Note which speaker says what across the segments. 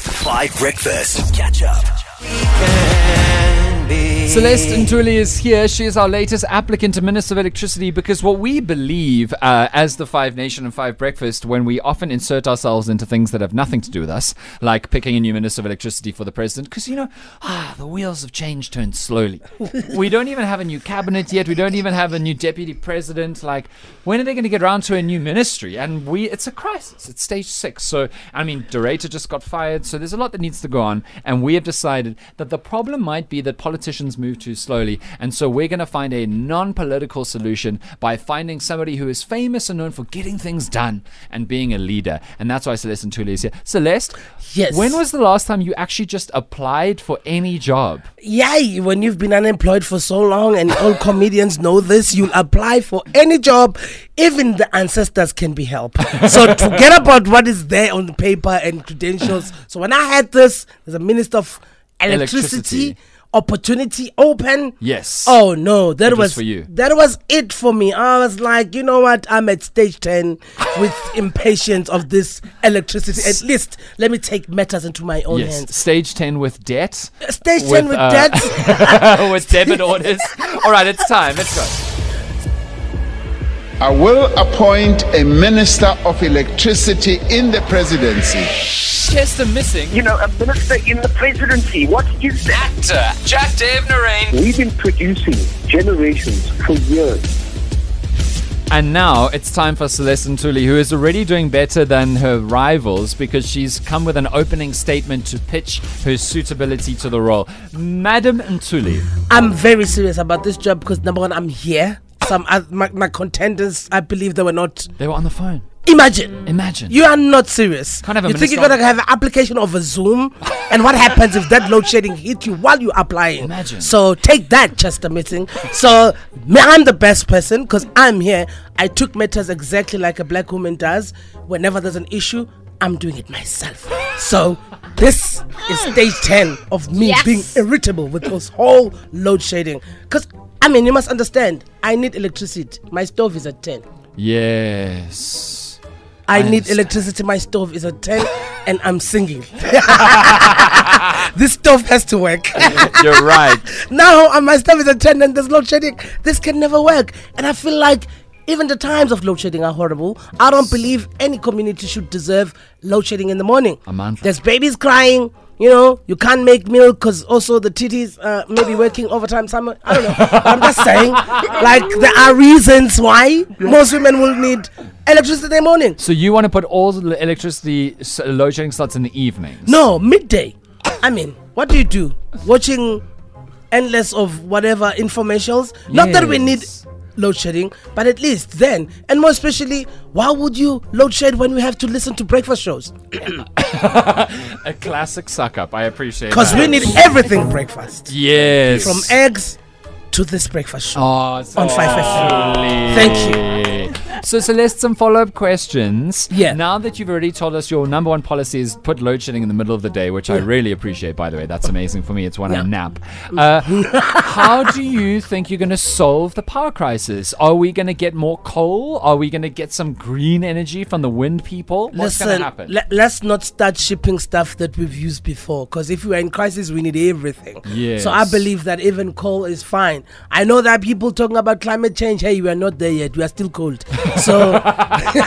Speaker 1: Five Breakfast. Catch up.
Speaker 2: Celeste Ntuli is here. She is our latest applicant to Minister of Electricity because what we believe uh, as the Five Nation and Five Breakfast, when we often insert ourselves into things that have nothing to do with us, like picking a new Minister of Electricity for the President, because, you know, ah, the wheels of change turn slowly. we don't even have a new cabinet yet. We don't even have a new Deputy President. Like, when are they going to get around to a new ministry? And we, it's a crisis. It's stage six. So, I mean, Durator just got fired. So there's a lot that needs to go on. And we have decided that the problem might be that politicians move too slowly. And so we're going to find a non political solution by finding somebody who is famous and known for getting things done and being a leader. And that's why Celeste Ntuli is here. Celeste,
Speaker 3: Yes.
Speaker 2: when was the last time you actually just applied for any job?
Speaker 3: Yay, when you've been unemployed for so long, and all comedians know this, you'll apply for any job, even the ancestors can be help. so forget about what is there on the paper and credentials. So when I had this, there's a minister of electricity,
Speaker 2: Electricity.
Speaker 3: opportunity open.
Speaker 2: Yes.
Speaker 3: Oh no, that
Speaker 2: It was
Speaker 3: was,
Speaker 2: for you.
Speaker 3: That was it for me. I was like, you know what? I'm at stage ten with impatience of this electricity. At least let me take matters into my own
Speaker 2: Yes,
Speaker 3: hands.
Speaker 2: stage 10 with debt.
Speaker 3: Stage
Speaker 2: With,
Speaker 3: ten with
Speaker 2: uh,
Speaker 3: that.
Speaker 2: with debit orders. All right, it's time. Let's go.
Speaker 4: I will appoint a Minister of Electricity in the presidency.
Speaker 2: Chester missing.
Speaker 5: you know, a minister in the presidency. What is that?
Speaker 2: Actor Jack Dave Narain.
Speaker 5: We've been producing generations for years.
Speaker 2: And now it's time for Celeste Ntuli, who is already doing better than her rivals because she's come with an opening statement to pitch her suitability to the role. Madam Ntuli,
Speaker 3: I'm very serious about this job because number one, I'm here. Some oth- my, my contenders, I believe they were not.
Speaker 2: they were on the phone.
Speaker 3: Imagine
Speaker 2: Imagine.
Speaker 3: you are not serious.
Speaker 2: Can't have a
Speaker 3: you think you're
Speaker 2: minister on-
Speaker 3: gonna have an application of a Zoom, and what happens if that load shedding hit you while you're applying?
Speaker 2: Imagine.
Speaker 3: So take that, Chester Meeting. So me- I'm the best person because I'm here. I took matters exactly like a black woman does. Whenever there's an issue, I'm doing it myself. So this is stage ten of me being irritable with this whole load shedding. Because I mean, you must understand. I need electricity. My stove is at ten.
Speaker 2: yes.
Speaker 3: I, need
Speaker 2: understand.
Speaker 3: electricity. My stove is a 10 and I'm singing. this stove has to work.
Speaker 2: You're right.
Speaker 3: now uh, my stove is a 10 and there's load shedding. This can never work. And I feel like even the times of load shedding are horrible. I don't believe any community should deserve load shedding in the morning.
Speaker 2: A mantra.
Speaker 3: There's babies crying. You know, you can't make milk because also the titties uh, may be working overtime. Some, I don't know. I'm just saying, like, there are reasons why most women will need electricity in the morning.
Speaker 2: So you want to put all the electricity s- load shedding slots in the evenings?
Speaker 3: No, midday. I mean, what do you do? Watching endless of whatever informationals? Not that we need
Speaker 2: Yes.
Speaker 3: load shedding, but at least then, and more especially, why would you load shed when we have to listen to breakfast shows?
Speaker 2: A classic suck up. I appreciate.
Speaker 3: Because
Speaker 2: that.
Speaker 3: we need everything breakfast.
Speaker 2: yes
Speaker 3: From eggs to this breakfast show.
Speaker 2: Oh, so
Speaker 3: on 5FM. Thank
Speaker 2: you. So, Celeste, some follow up questions.
Speaker 3: Yeah.
Speaker 2: Now that you've already told us your number one policy is put load shedding in the middle of the day, which I really appreciate, by the way. That's amazing for me. It's when I
Speaker 3: Yeah.
Speaker 2: nap. Uh, how do you think you're going to solve the power crisis? Are we going to get more coal? Are we going to get some green energy from the wind people? What's going
Speaker 3: Listen,
Speaker 2: to happen?
Speaker 3: le- let's not start shipping stuff that we've used before because if we are in crisis, we need everything. So I
Speaker 2: Yes.
Speaker 3: believe that even coal is fine. I know that people talking about climate change. Hey, we are not there yet. We are still cold. So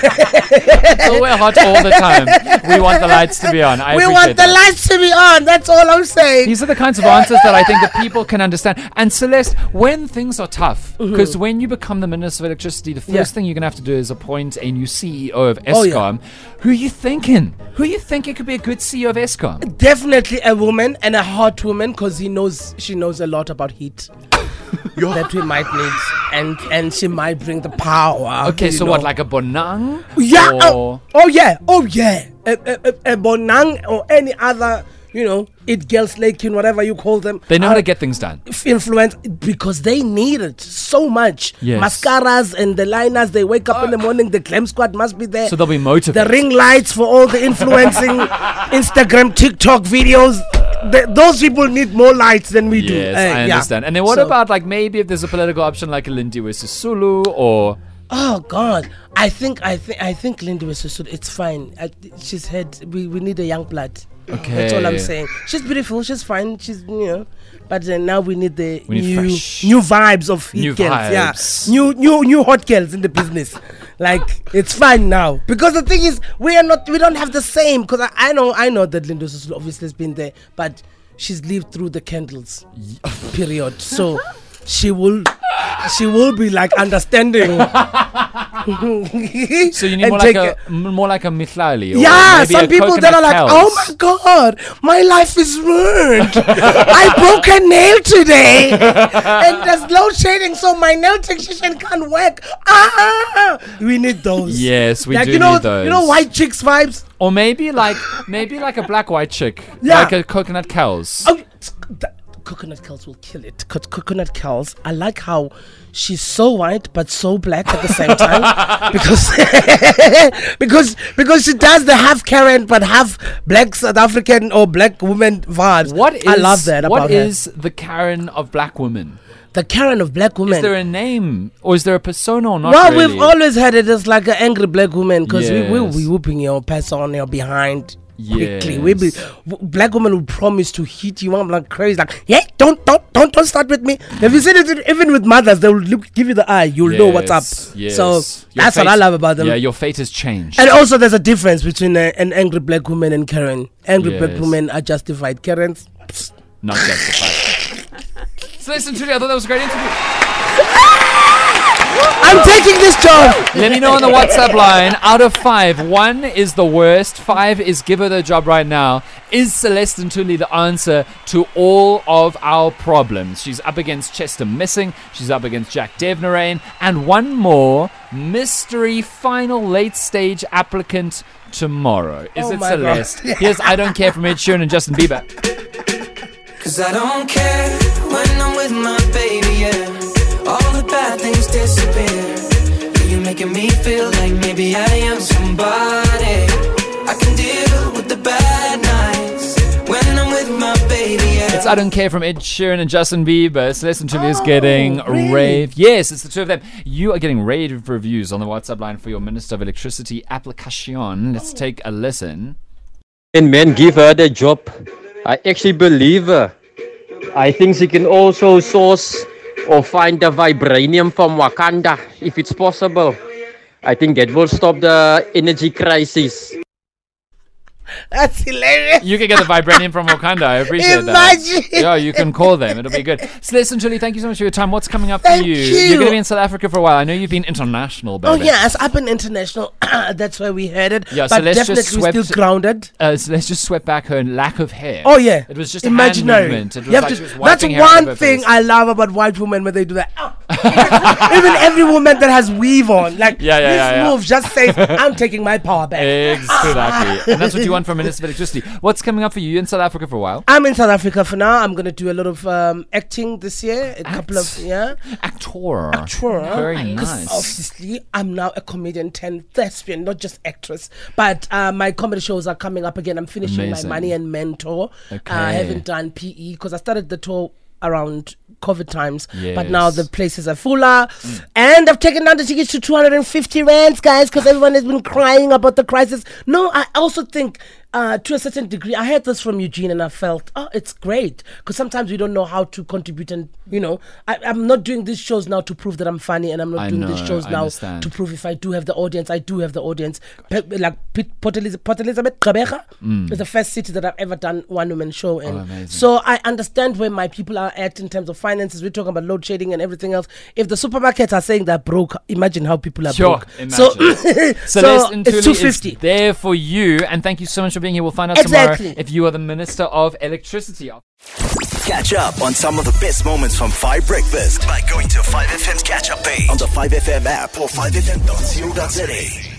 Speaker 2: oh, we're hot all the time. We want the lights to be on. I
Speaker 3: we
Speaker 2: appreciate
Speaker 3: want the
Speaker 2: that.
Speaker 3: lights to be on. That's all I'm saying.
Speaker 2: These are the kinds of answers that I think that people can understand. And Celeste, when things are tough, because when you become the Minister of Electricity, the first
Speaker 3: Mm-hmm. Yeah.
Speaker 2: thing you're going to have to do is appoint a new CEO of ESCOM.
Speaker 3: Oh, yeah.
Speaker 2: Who you thinking? Who you thinking could be a good CEO of ESCOM?
Speaker 3: Definitely a woman and a hot woman because he knows she knows a lot about heat. that we might need, and and she might bring the power.
Speaker 2: Okay,
Speaker 3: you
Speaker 2: so
Speaker 3: know.
Speaker 2: what, like a Bonang?
Speaker 3: Yeah.
Speaker 2: Or-
Speaker 3: Oh, oh yeah. Oh yeah. A, a, a, a Bonang or any other, you know, it girls lakin, whatever you call them.
Speaker 2: They know
Speaker 3: are
Speaker 2: how to get things done.
Speaker 3: f- influence because they need it so much.
Speaker 2: Yes. Ah.
Speaker 3: Mascaras and the liners. They wake up in the morning. The glam squad must be there.
Speaker 2: So they'll be
Speaker 3: the
Speaker 2: motivated.
Speaker 3: ring lights for all the influencing Instagram, TikTok videos. Th- those people need more lights than we do.
Speaker 2: Yes,
Speaker 3: Eh,
Speaker 2: I
Speaker 3: yeah.
Speaker 2: understand. And then what
Speaker 3: So-
Speaker 2: about like maybe if there's a political option like a Lindiwe Sisulu or
Speaker 3: Oh God, I think I think I think Lindy was so it's fine. I, she's had we, we need a young blood. That's all I'm
Speaker 2: Okay.
Speaker 3: saying. She's beautiful. She's fine. She's you know, but then now we need the
Speaker 2: We
Speaker 3: new
Speaker 2: need fresh.
Speaker 3: new vibes of hit
Speaker 2: New
Speaker 3: girls.
Speaker 2: vibes.
Speaker 3: Yeah, new new new hot girls in the business. like it's fine now because the thing is we are not we don't have the same. Because I, I know I know that Linda Sisulu obviously has been there, but she's lived through the candles period. So she will she will be like understanding.
Speaker 2: So you need
Speaker 3: And
Speaker 2: more
Speaker 3: take
Speaker 2: like a, m- more like a mitlali. or
Speaker 3: yeah,
Speaker 2: maybe
Speaker 3: some
Speaker 2: a
Speaker 3: people that
Speaker 2: coconut
Speaker 3: are like,
Speaker 2: house.
Speaker 3: oh my god, my life is ruined. I broke a nail today, and there's low shading, so my nail technician can't work. Ah, we need those.
Speaker 2: Yes, we
Speaker 3: like,
Speaker 2: do
Speaker 3: you know,
Speaker 2: need those.
Speaker 3: You know, white chicks vibes.
Speaker 2: Or maybe like maybe like a black white chick,
Speaker 3: Yeah.
Speaker 2: like a coconut cows.
Speaker 3: Oh, t- th- coconut curls will kill it. 'Cause coconut curls, I like how she's so white but so black at the same time because because because she does the half Karen but half black South African or black woman vibes.
Speaker 2: What is
Speaker 3: I love that about
Speaker 2: What
Speaker 3: her.
Speaker 2: is the Karen of black women?
Speaker 3: the Karen of black women?
Speaker 2: Is there a name or is there a persona or not?
Speaker 3: well,
Speaker 2: really?
Speaker 3: we've always had it as like an angry black woman because we will
Speaker 2: Yes.
Speaker 3: we whooping your pass on your behind quickly. We be,
Speaker 2: Yes.
Speaker 3: w- black women will promise to hit you. I'm like crazy, like yeah, don't don't don't don't start with me. Have you seen it? Even with mothers, they will look, give you the eye. You'll know what's
Speaker 2: Yes,
Speaker 3: up.
Speaker 2: yes.
Speaker 3: So
Speaker 2: Your
Speaker 3: that's what I
Speaker 2: fate-
Speaker 3: love about them.
Speaker 2: Yeah, your fate has changed.
Speaker 3: and also, there's a difference between uh, an angry black woman and Karen. Angry black
Speaker 2: Yes.
Speaker 3: women are justified. Karens,
Speaker 2: not justified. so listen, Julie, I thought that was a great interview.
Speaker 3: I'm taking this job.
Speaker 2: Let me know on the WhatsApp line. Out of five, one is the worst. Five is give her the job right now. Is Celeste Ntuli the answer to all of our problems? She's up against Chester Missing. She's up against Jack Devnerain. And one more mystery final late stage applicant tomorrow. Is
Speaker 3: Oh
Speaker 2: it
Speaker 3: my
Speaker 2: Celeste? Here's I Don't Care from Ed Sheeran and Justin Bieber.
Speaker 6: Cause I don't care when I'm with my baby, yeah. All the bad things disappear. Yeah, You're making me feel like maybe I am somebody. I can deal with the bad nights when I'm with my baby, yeah.
Speaker 2: It's I Don't Care from Ed Sheeran and Justin Bieber. Celeste and Julie is getting
Speaker 3: Oh, really?
Speaker 2: rave. Yes, it's the two of them. You are getting rave reviews on the WhatsApp line for your Minister of Electricity application. Let's
Speaker 3: Oh.
Speaker 2: take a listen.
Speaker 7: And man, give her the job. I actually believe her. I think she can also source or find the vibranium from Wakanda if it's possible. I think that will stop the energy crisis.
Speaker 3: That's hilarious.
Speaker 2: You can get the vibranium from Wakanda. I appreciate
Speaker 3: Imagine.
Speaker 2: that. Yeah, you can call them. It'll be good. Celeste and Julie, thank you so much for your time. What's coming up
Speaker 3: Thank
Speaker 2: for you?
Speaker 3: you.
Speaker 2: are going to be in South Africa for a while. I know you've been international,
Speaker 3: Oh
Speaker 2: baby.
Speaker 3: yeah, it's up in international. that's where we heard it.
Speaker 2: Yeah, so
Speaker 3: but
Speaker 2: let's just
Speaker 3: definitely we're
Speaker 2: swept-
Speaker 3: still grounded.
Speaker 2: Uh, so let's just swept back her lack of hair.
Speaker 3: Oh yeah,
Speaker 2: it was just
Speaker 3: imaginary.
Speaker 2: imaginary. Movement. It was
Speaker 3: You have
Speaker 2: like
Speaker 3: to-
Speaker 2: she was
Speaker 3: that's
Speaker 2: wiping hair out of
Speaker 3: one
Speaker 2: her
Speaker 3: thing
Speaker 2: face.
Speaker 3: I love about white women when they do that. Ah. Even every woman that has weave on, like
Speaker 2: Yeah, yeah,
Speaker 3: this
Speaker 2: yeah, yeah. Eh.
Speaker 3: move, just says, "I'm taking my power back."
Speaker 2: Exactly. and that's what you want from Minister of Electricity. What's coming up for you? You're in South Africa for a while.
Speaker 3: I'm in South Africa for now. I'm gonna do a lot of um, acting this year. A couple of
Speaker 2: Act.
Speaker 3: yeah.
Speaker 2: Actor.
Speaker 3: Sure.
Speaker 2: Very
Speaker 3: Because
Speaker 2: nice.
Speaker 3: Obviously, I'm now a comedian, ten thespian, not just actress. But uh, my comedy shows are coming up again. I'm finishing
Speaker 2: Amazing.
Speaker 3: my money and mentor. Uh, I
Speaker 2: Okay.
Speaker 3: haven't done PE because I started the tour around COVID times, but now
Speaker 2: Yes.
Speaker 3: the places are fuller, and I've taken down the tickets to 250 rands, guys, because everyone has been crying about the crisis. No, I also think. Uh, to a certain degree, I heard this from Eugene, and I felt, oh, it's great because sometimes we don't know how to contribute, and you know, I, I'm not doing these shows now to prove that I'm funny, and I'm not
Speaker 2: I
Speaker 3: doing these
Speaker 2: know,
Speaker 3: shows
Speaker 2: I
Speaker 3: now
Speaker 2: understand.
Speaker 3: to prove if I do have the audience, I do have the audience. Pe- like Pe- Port Eliz- Port Elizabeth, Gqeberha is the first city that I've ever done one woman show in.
Speaker 2: Mm. Oh, amazing.
Speaker 3: so I understand where my people are at in terms of finances. We're talking about load shedding and everything else. If the supermarkets are saying they're broke, imagine how people are
Speaker 2: Sure,
Speaker 3: broke.
Speaker 2: imagine.
Speaker 3: So, so
Speaker 2: Celeste Ntuli
Speaker 3: it's
Speaker 2: is
Speaker 3: 250.
Speaker 2: there for you, and thank you so much for being here. We'll find out
Speaker 3: Exactly.
Speaker 2: tomorrow if you are the Minister of Electricity.
Speaker 1: Catch up on some of the best moments from 5 Breakfast by going to 5FM's catch up page on the 5FM app or 5FM.co.za.